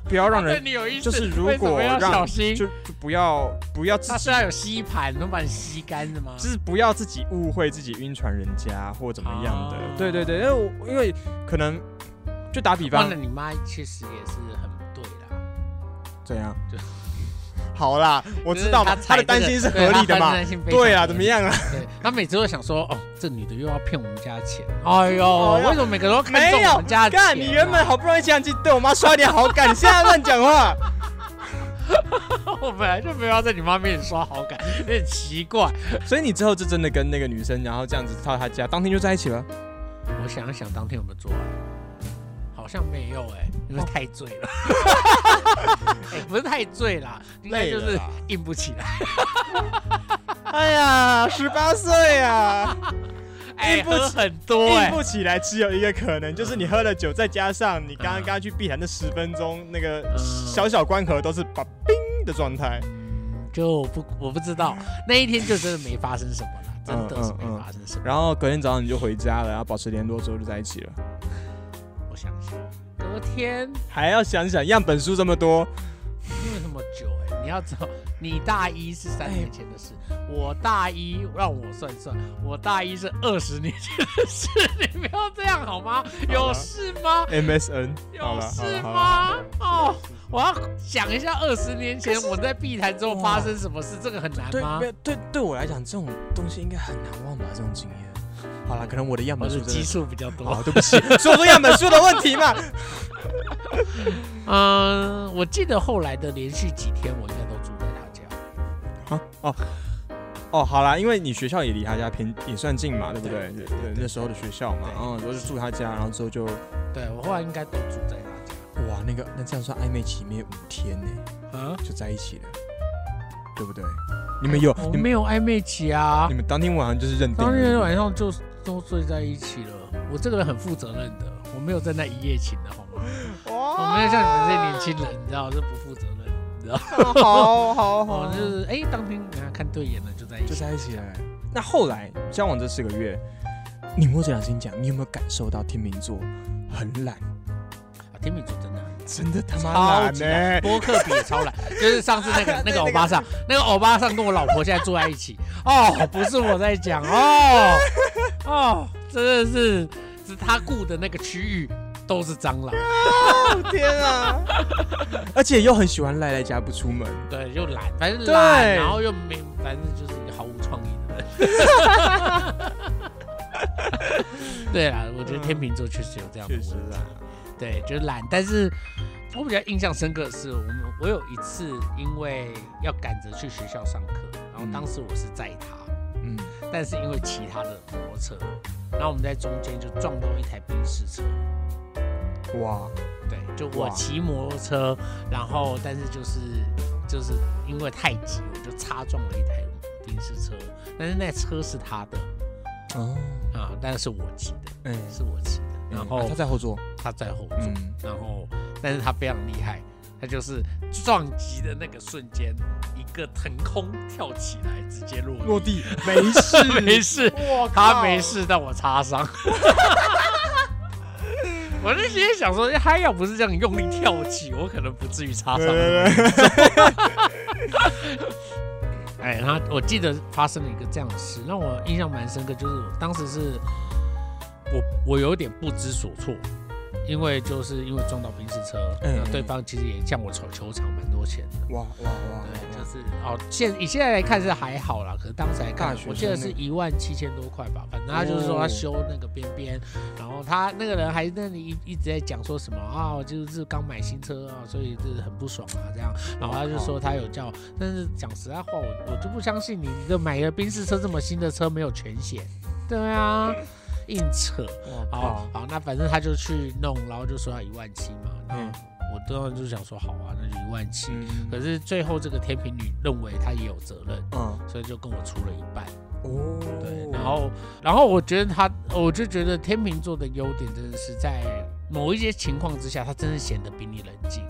不要让对 [LAUGHS] 人，你有意思，就是如为什果么要让小心？就就不要不要自 [LAUGHS] 他己虽，然有吸盘，能把你吸干的吗？就是不要自己误会自己晕船人家或怎么样的啊。对对对，因为我因为可能就打比忘方了，你妈确实也是很对啦。怎样就？ [LAUGHS] 好啦，我知道嘛，就是他踩这个的担心是合理的？对她嘛担。心非常对啊，合理怎么？样啊？对，她每次都想说，哦，这女的又要骗我们家钱。哎呦，哎呦为什么每个人都看中没我有们家，的钱啊、干，你原本好不容易这样去对我妈刷一点好感，你现在乱讲话。我本来就没有要在你妈面前刷好感，有点奇怪。所以你之后就真的跟那个女生，然后这样子到她家，当天就在一起了。我想一想，当天有没有做爱？好像没有哎、因为太醉了。 [LAUGHS] 哎不是太醉啦，应该就哦累了是啦硬不起来。哎呀，十八岁啊，哎、硬不起喝很多哎、硬不起来，只有一个可能，就是你喝了酒，再加上你刚刚刚去碧潭的十分钟，那个嗯小小关河都是把冰的状态。就我不我不知道，那一天就真的没发生什么了，真的是嗯嗯嗯没发生什么。然后隔天早上你就回家了，然后保持联络之后就在一起了。嗯我想想，隔天还要想想样本数这么多，因为什么久哎、你要知道，你大一是三年前的事，我大一让我算算，我大一是二十年前的事， [LAUGHS] 你不要这样好吗？啊有事吗？ MSN，好有了，好事了，好了。吗？哦，我要想一下二十年前我在碧潭中发生什么事，这个很难对，吗没？有对，对我来讲，这种东西应该很难忘吧？这种经验。好了，可能我的样我本数的真的基数比较哦多，，对不起，说出样本数的问题嘛。嗯，我记得后来的连续几天，我应该都住在他家，哦，好啦，因为你学校也离他家偏也算近嘛，嗯对不对？对对，那时候的学校嘛，对嗯，我就住他家，然后之后就对我后来应该都住在他家，哇，那个那这样算暧昧期灭五天呢，嗯，就在一起了，对不对？你们有我你们哦没有暧昧期啊你，们当天晚上就是认定了，当天晚上就都睡在一起了。我这个人很负责任的，我没有在那一夜情的好吗？哦我没有像你们这些年轻人，你知道是不负责任，你知道，哦好好好我就是哎，当天给他看对眼了就在一哦就起。在一起了。那后来交往这四个月，你摸着良心讲，你有没有感受到天秤座很懒？啊天秤座真的很真的他妈超懒级呢、懒，播客比也超 [LAUGHS] 懒，就是上次那 [LAUGHS] 个那个欧巴桑，那个欧巴桑跟我老婆现在住在一起，哦，不是我在讲 [LAUGHS] 哦，哦，真的是是他雇的那个区域都是蟑螂，天 [LAUGHS] 啊！而且又很喜欢赖在家不出门。对，又懒，反正对懒，然后又没，反正就是一个毫无创意的人。 [LAUGHS] 对啦，我觉得天秤座确实有啊这样的问题，对，就是懒，但是。我比较印象深刻的是，我们我有一次因为要赶着去学校上课，然后当时我是载他，嗯，但是因为骑他的摩托车，然后我们在中间就撞到一台宾士车。哇，对，就我哇骑摩托车，然后但是就是就是因为太急，我就擦撞了一台宾士车，但是那车是他的哦，啊，但是我骑的，嗯，是我骑的，然啊后他在后座，他在后座，嗯，然后但是他非常厉害，他就是撞击的那个瞬间，一个腾空跳起来，直接落地，落地 [LAUGHS] 没事， [LAUGHS] 没事，哇他没，事，但我擦伤。 [LAUGHS] 我那些想说，哎他要不是这样用力跳起，我可能不至于插上。对对，哎，然后我记得发生了一个这样的事，让我印象蛮深刻，就是我当时是我我有点不知所措，因为就是因为撞到宾士车，嗯那对方其实也向我求求偿蛮多钱的。哇哇哇！对，就是哦，现以现在来看是还好啦，可是当时来看大学，生哦我记得是一万七千多块吧，反正他就是说他修那个边边，然后他那个人还那里一一直在讲说什么啊、我就是刚买新车啊，所以就是很不爽啊这样，然后他就说他有叫，但是讲实在话，我我就不相信你一个买了宾士车这么新的车没有全险，对啊，硬扯，我好靠，好，那反正他就去弄，然后就说要一万七嘛，那嗯我当时就想说好啊，那就一万七。嗯可是最后这个天平女认为她也有责任，嗯所以就跟我出了一半。哦，对，然后然后我觉得她，我就觉得天秤座的优点真的是在某一些情况之下，她真的显得比你冷静，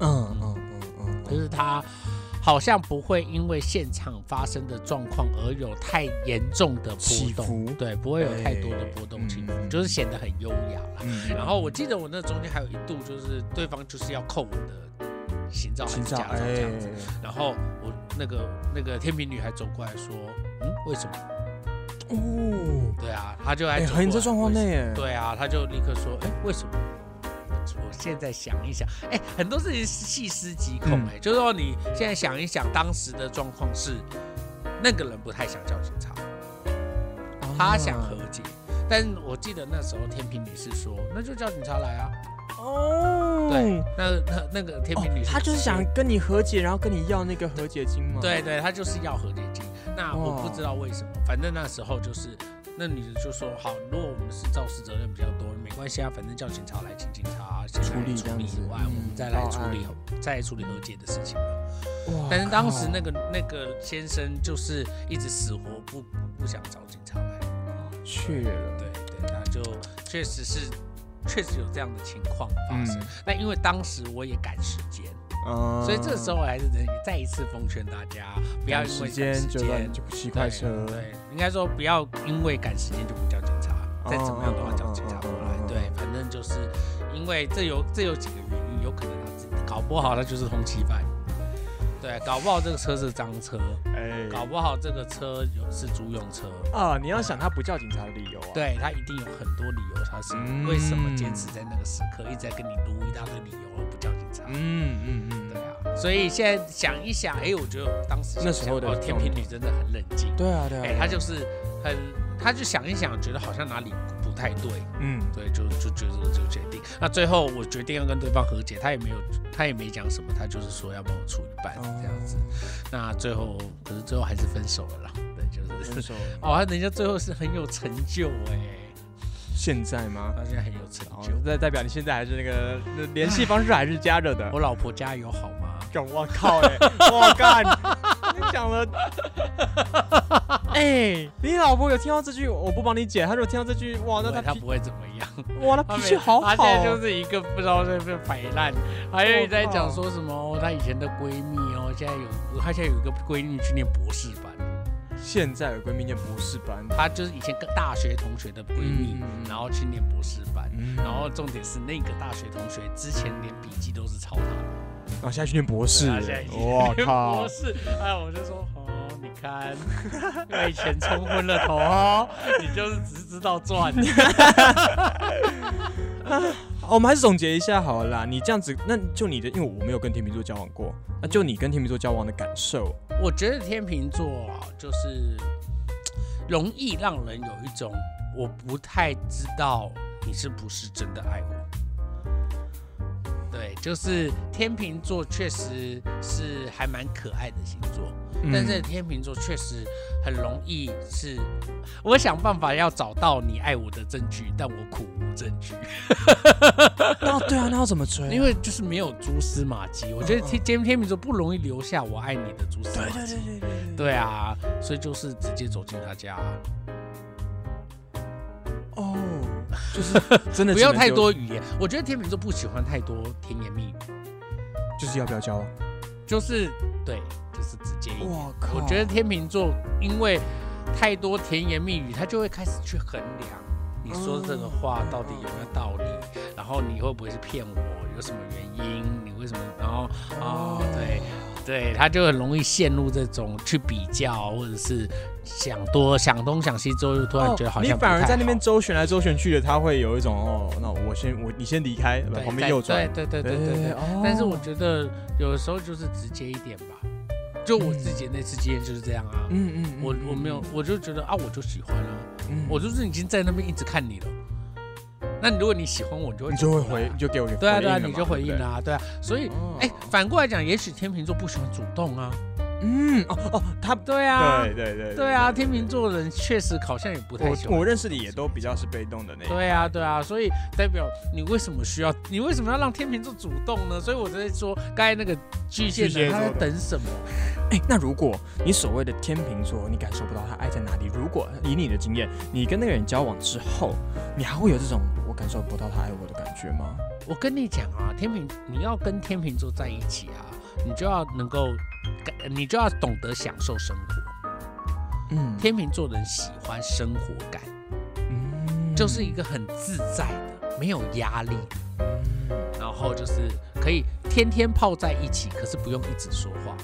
嗯嗯嗯就嗯，是她好像不会因为现场发生的状况而有太严重的波起动，伏对，不会有太多的波动起伏，哎嗯就是显得很优雅啦。[LAUGHS] 嗯然后我记得我那中间还有一度就是对方就是要扣我的行照还心是照驾照这样子。哎然后我那个那个天平女还走过来说，嗯，为什么？哦，对啊，她就还哎，走过来、很这状况内为什耶么，对啊，她就立刻说，哎，为什么？我现在想一想，哎，很多事情是细思极恐嗯哎、就是说你现在想一想，当时的状况是那个人不太想叫警察，哦他想和解，但我记得那时候天平女是说，那就叫警察来啊。哦，对，那那那个天平女、哦，他就是想跟你和解，然后跟你要那个和解金嘛。，对对，他就是要和解金。那我哇不知道为什么，反正那时候就是那女的就说好，如果我们是肇事责任比较多，没关系啊，反正叫警察来，请警察啊先来处理这处样哦理子以外，嗯我们再来报处案理再来处理和解的事情。哇但是当时那个个那个先生就是一直死活不不不想找警察来，哦去了，对对，那就确实是确实有这样的情况发生。嗯那因为当时我也赶时间。嗯所以这时候我还是能再一次奉劝大家，不要因为时赶间就乱间就不骑快车，对，对应该说不要因为赶时间就不叫警察，再怎么样都要叫警察过嗯嗯嗯嗯嗯来。对，反正就是因为这有这有几个原因，有可能他自己搞不好他就是通缉犯，对，搞不好这个车是赃车，哎搞不好这个车有是租用车。啊，你要想他不叫警察的理由啊。，对他一定有很多理由，他是嗯为什么坚持在那个时刻，一直在跟你撸一大堆理由而不叫警察。嗯嗯嗯对，啊，所以现在想一想，哎，我觉得当时那时候的想想哦天平女真的很冷静，对啊对啊，哎，她就是很，她就想一想，觉得好像哪里不太对，嗯对，就就觉得就决定。那最后我决定要跟对方和解，她也没有，她也没讲什么，她就是说要帮我出一半哦这样子。那最后，可是最后还是分手了啦，对，就是 [LAUGHS] 分手哦，人家最后是很有成就哎，现在吗？她现在很有成哦就。，那代表你现在还是那个那联系方式还是加着的。我老婆加油好吗？干 [LAUGHS] 我靠哎、 [LAUGHS] 我干，你讲了， [LAUGHS] 哎、你老婆有听到这句，我不帮你解。她如果听到这句，哇，哦那不会她她脾不会怎么样。哇，她他脾每气好好哦他现在就是一个不知道在被摆烂，还有你在讲说什么哦她以前的闺蜜哦，现在有她现在有一个闺蜜去念博士班，现在有闺蜜念博士班，她就是以前跟大学同学的闺蜜，嗯嗯嗯然后去念博士班，嗯然后重点是那个大学同学之前连笔记都是抄她的，然后现在去念博士对她现在已，经 [LAUGHS] 我念靠博，士，哎，我就说哦，你看， [LAUGHS] 为钱冲昏了头哦，你就是只知道赚，哦我们还是总结一下好了啦。你这样子，那就你的，因为我没有跟天秤座交往过，那就你跟天秤座交往的感受，我觉得天秤座啊，就是容易让人有一种我不太知道你是不是真的爱我。对，就是天秤座确实是还蛮可爱的星座，嗯但是天秤座确实很容易是，我想办法要找到你爱我的证据，但我苦无证据。那对啊，那要怎么追啊、因为就是没有蛛丝马迹。我觉得天天天秤座不容易留下我爱你的蛛丝马迹。嗯对对对对对。啊，所以就是直接走进他家，哦，就是真的不要只能太就，多语言。我觉得天秤座不喜欢太多甜言蜜语，就是要不要交往？就是对，就是直接一点。我靠，我觉得天秤座因为太多甜言蜜语，他就会开始去衡量你说这个话到底有没有道理？哦然后你会不会是骗我？有什么原因？你为什么？然后哦，对对，他就很容易陷入这种去比较，或者是想多想东想西之后，又突然觉得好哦你像不反而太在那好边周旋来周旋去的，他会有一种哦，那我先我你先离开，对旁边在右转。对对对对对对。哦但是我觉得有的时候就是直接一点吧，就我自己的那次经验就是这样啊。嗯嗯嗯我嗯我没有，我就觉得啊，我就喜欢啊，嗯我就是已经在那边一直看你了。那如果你喜欢我，你就会你就会主动啊回，你就给我一个对啊回对啊，了你嘛就回对不应对啦、对啊。所以哦哎、反过来讲，也许天秤座不喜欢主动啊，嗯，哦哦，他对啊，对对对对啊，天秤座的人确实好像也不太喜我欢我。认识的也都比较是被动的那一对啊，对啊，所以代表你为什么需要，你为什么要让天秤座主动呢？所以我在说，刚才那个巨蟹巨蟹男他在座的等什么？哎、那如果你所谓的天秤座，你感受不到他爱在哪里？如果以你的经验，你跟那个人交往之后，你还会有这种我感受不到他爱我的感觉吗？我跟你讲啊，天秤，你要跟天秤座在一起啊，你就要能够，你就要懂得享受生活。嗯，天秤座人喜欢生活感，嗯就是一个很自在的，没有压力，然后就是可以天天泡在一起，可是不用一直说话，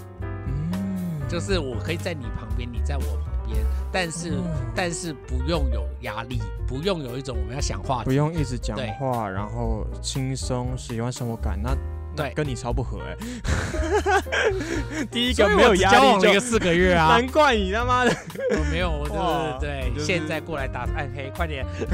嗯就是我可以在你旁边，你在我旁边，但是、嗯但是不用有压力，不用有一种我们要想话不题。用一直讲对话，然后轻松，喜欢生活感，那那对跟你超不合 [LAUGHS] 哎、第一所个以没有我只压交往力了一个。就四个月啊，难怪你他妈的， [LAUGHS] 我啊哦没有，我就是哇对，就是现在过来打暗黑，快点。对，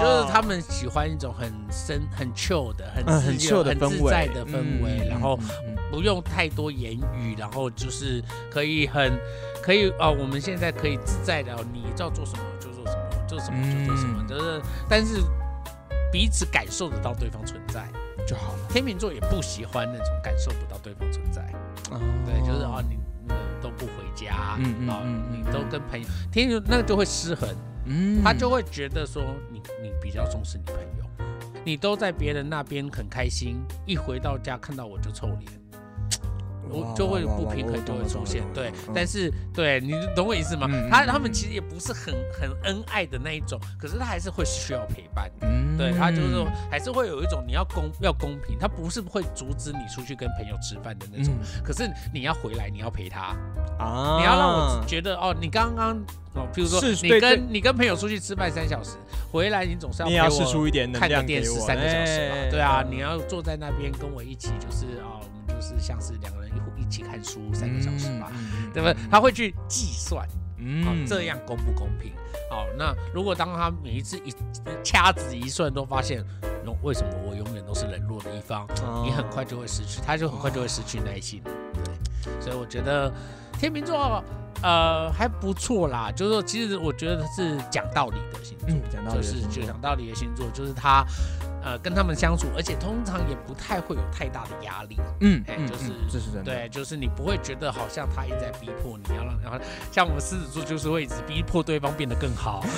就是他们喜欢一种很深、很 chill 的、很嗯自很由、秀很的氛围，自在的氛围，嗯然后嗯嗯嗯不用太多言语，然后就是可以很可以哦，我们现在可以自在的，你要做什么就做什么，做什么就做什么，嗯就是但是彼此感受得到对方存在。就好了。天秤座也不喜欢那种感受不到对方存在，对，就是哦，你你都不回家，嗯嗯哦嗯你嗯都嗯跟朋友，天秤那个就会失衡。嗯他就会觉得说你你比较重视你朋友，你都在别人那边很开心，一回到家看到我就臭脸，我哦就会不平衡就会出现。对，但是是对你懂我意思吗嗯嗯？嗯他嗯他们嗯其实也不是很很恩爱的那一种，可是他还是会需要陪伴。对嗯他就是还是会有一种你要公要公平，他不是会阻止你出去跟朋友吃饭的那种，可是你要回来你要陪他，嗯啊，你要让我觉得哦，你刚刚哦，譬如说是你对跟你跟朋友出去吃饭三小时，回来你总是要你也要陪我试出一点能看个量给电视我三个小时嘛，哎对啊，你要坐在那边跟我一起，就是哦，我们就是像是两个人一户一起看书三个小时吧，，嗯对不对？他会去计算，啊、嗯这样公不公平？好，那如果当他每一次一掐指一算，都发现，嗯为什么我永远都是冷落的一方？你很哦快就会失去，他就很快就会失去耐心。对，所以我觉得天秤座呃还不错啦，就是说其实我觉得是讲道理的星座，嗯讲道理就的是星座就讲道理的星座，就是他呃跟他们相处，而且通常也不太会有太大的压力。嗯哎嗯就是嗯这是真的，对，就是你不会觉得好像他一直在逼迫你要让，然后像我们狮子座就是会一直逼迫对方变得更好， [LAUGHS]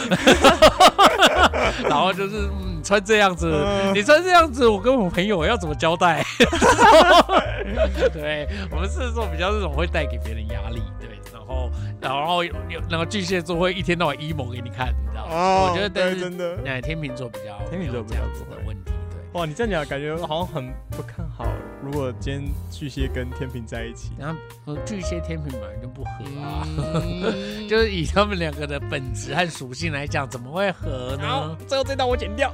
然后就是嗯穿这样子，你穿这样子，我跟我朋友要怎么交代？ [LAUGHS] 对我们狮子座比较这种会带给别人压力，对，然后然后有然后巨蟹座会一天到晚 emo 给你看，你知道吗？哦我觉得但对是真的，哎，天秤座比较天秤座没有这样子的比较不会问题，对。哇，你这样讲感觉好像很不看好。如果今天巨蟹跟天平在一起，然后呃巨蟹天平本来就不合啊，[LAUGHS] 嗯就是以他们两个的本质和属性来讲，怎么会合呢？最后这道我剪掉。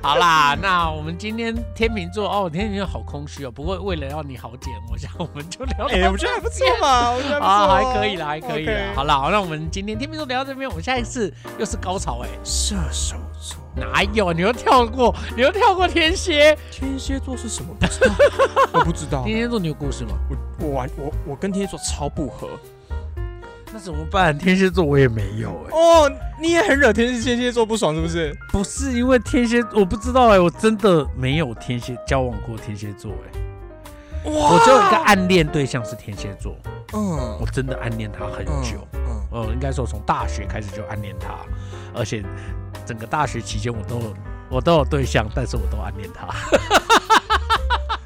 好啦，那我们今天天秤座哦，天秤座好空虚哦。不过为了让你好减，我想我们就聊 [LAUGHS] 哎，聊 [LAUGHS] 我觉得还不错 [LAUGHS] 吧，我觉得啊，还不错可以啦，还可以啦。哦 OK 好啦，那我们今天天秤座聊到这边，我们下一次又是高潮哎、射手座，哪有？你又跳过，你又跳过天蝎。天蝎座是什么？不知道， [LAUGHS] 我不知道。天蝎座你有故事吗？我我完我我跟天蝎座超不合那怎么办？天蝎座我也没有哎、哦，你也很惹天蝎天蝎座不爽是不是？不是因为天蝎，我不知道哎、我真的没有天蝎交往过天蝎座哎、哇，我只有一个暗恋对象是天蝎座，我嗯真的暗恋他很久，嗯，呃，应该说从大学开始就暗恋他，而且整个大学期间我都有我都有对象，但是我都暗恋他。 [LAUGHS]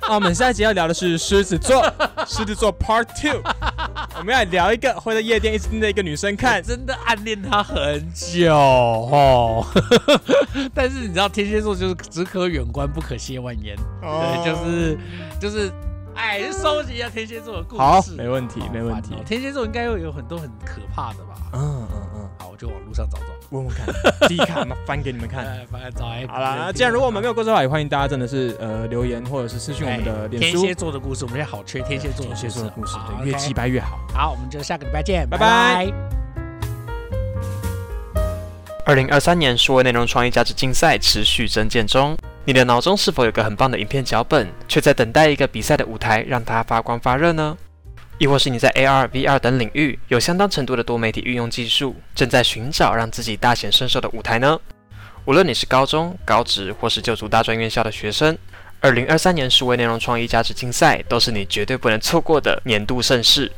啊，我们下一集要聊的是狮子座，狮子座 Part Two，我我们要聊一个会在夜店一直盯着一个女生看，真的暗恋他很久哦， [LAUGHS] 但是你知道天蝎座就是只可远观不可亵玩焉，哦对，就是就是，哎，就收集一下天蝎座的故事。好没问题好没问题烦哦天蝎座应该会有很多很可怕的 [LAUGHS] 吧？嗯嗯嗯，好，我就网络上找找。问问看， [LAUGHS] 第一卡嘛翻给你们看。哎，反正找 [LAUGHS] 好啦，那既然如果我们没有有过这话，也欢迎大家真的是呃留言或者是私信我们的脸哎天书。蝎座的故事，我们现在好缺天蝎座的天故蝎事座的故事，好对，越 OK 鸡掰越好。好，我们就下个礼拜见，拜拜拜。二零二三年数位内容创意价值竞赛持续增建中。你的脑中是否有个很棒的影片脚本，却在等待一个比赛的舞台让它发光发热呢？亦或是你在 AR、VR 等领域有相当程度的多媒体运用技术，正在寻找让自己大显身手的舞台呢？无论你是高中、高职或是就读大专院校的学生，二零二三年数位内容创意价值竞赛都是你绝对不能错过的年度盛事。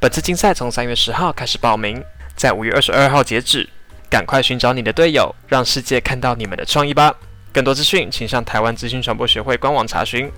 本次竞赛从三月十号开始报名，在五月二十二号截止。赶快寻找你的队友，让世界看到你们的创意吧！更多资讯，请上台湾资讯传播学会官网查询。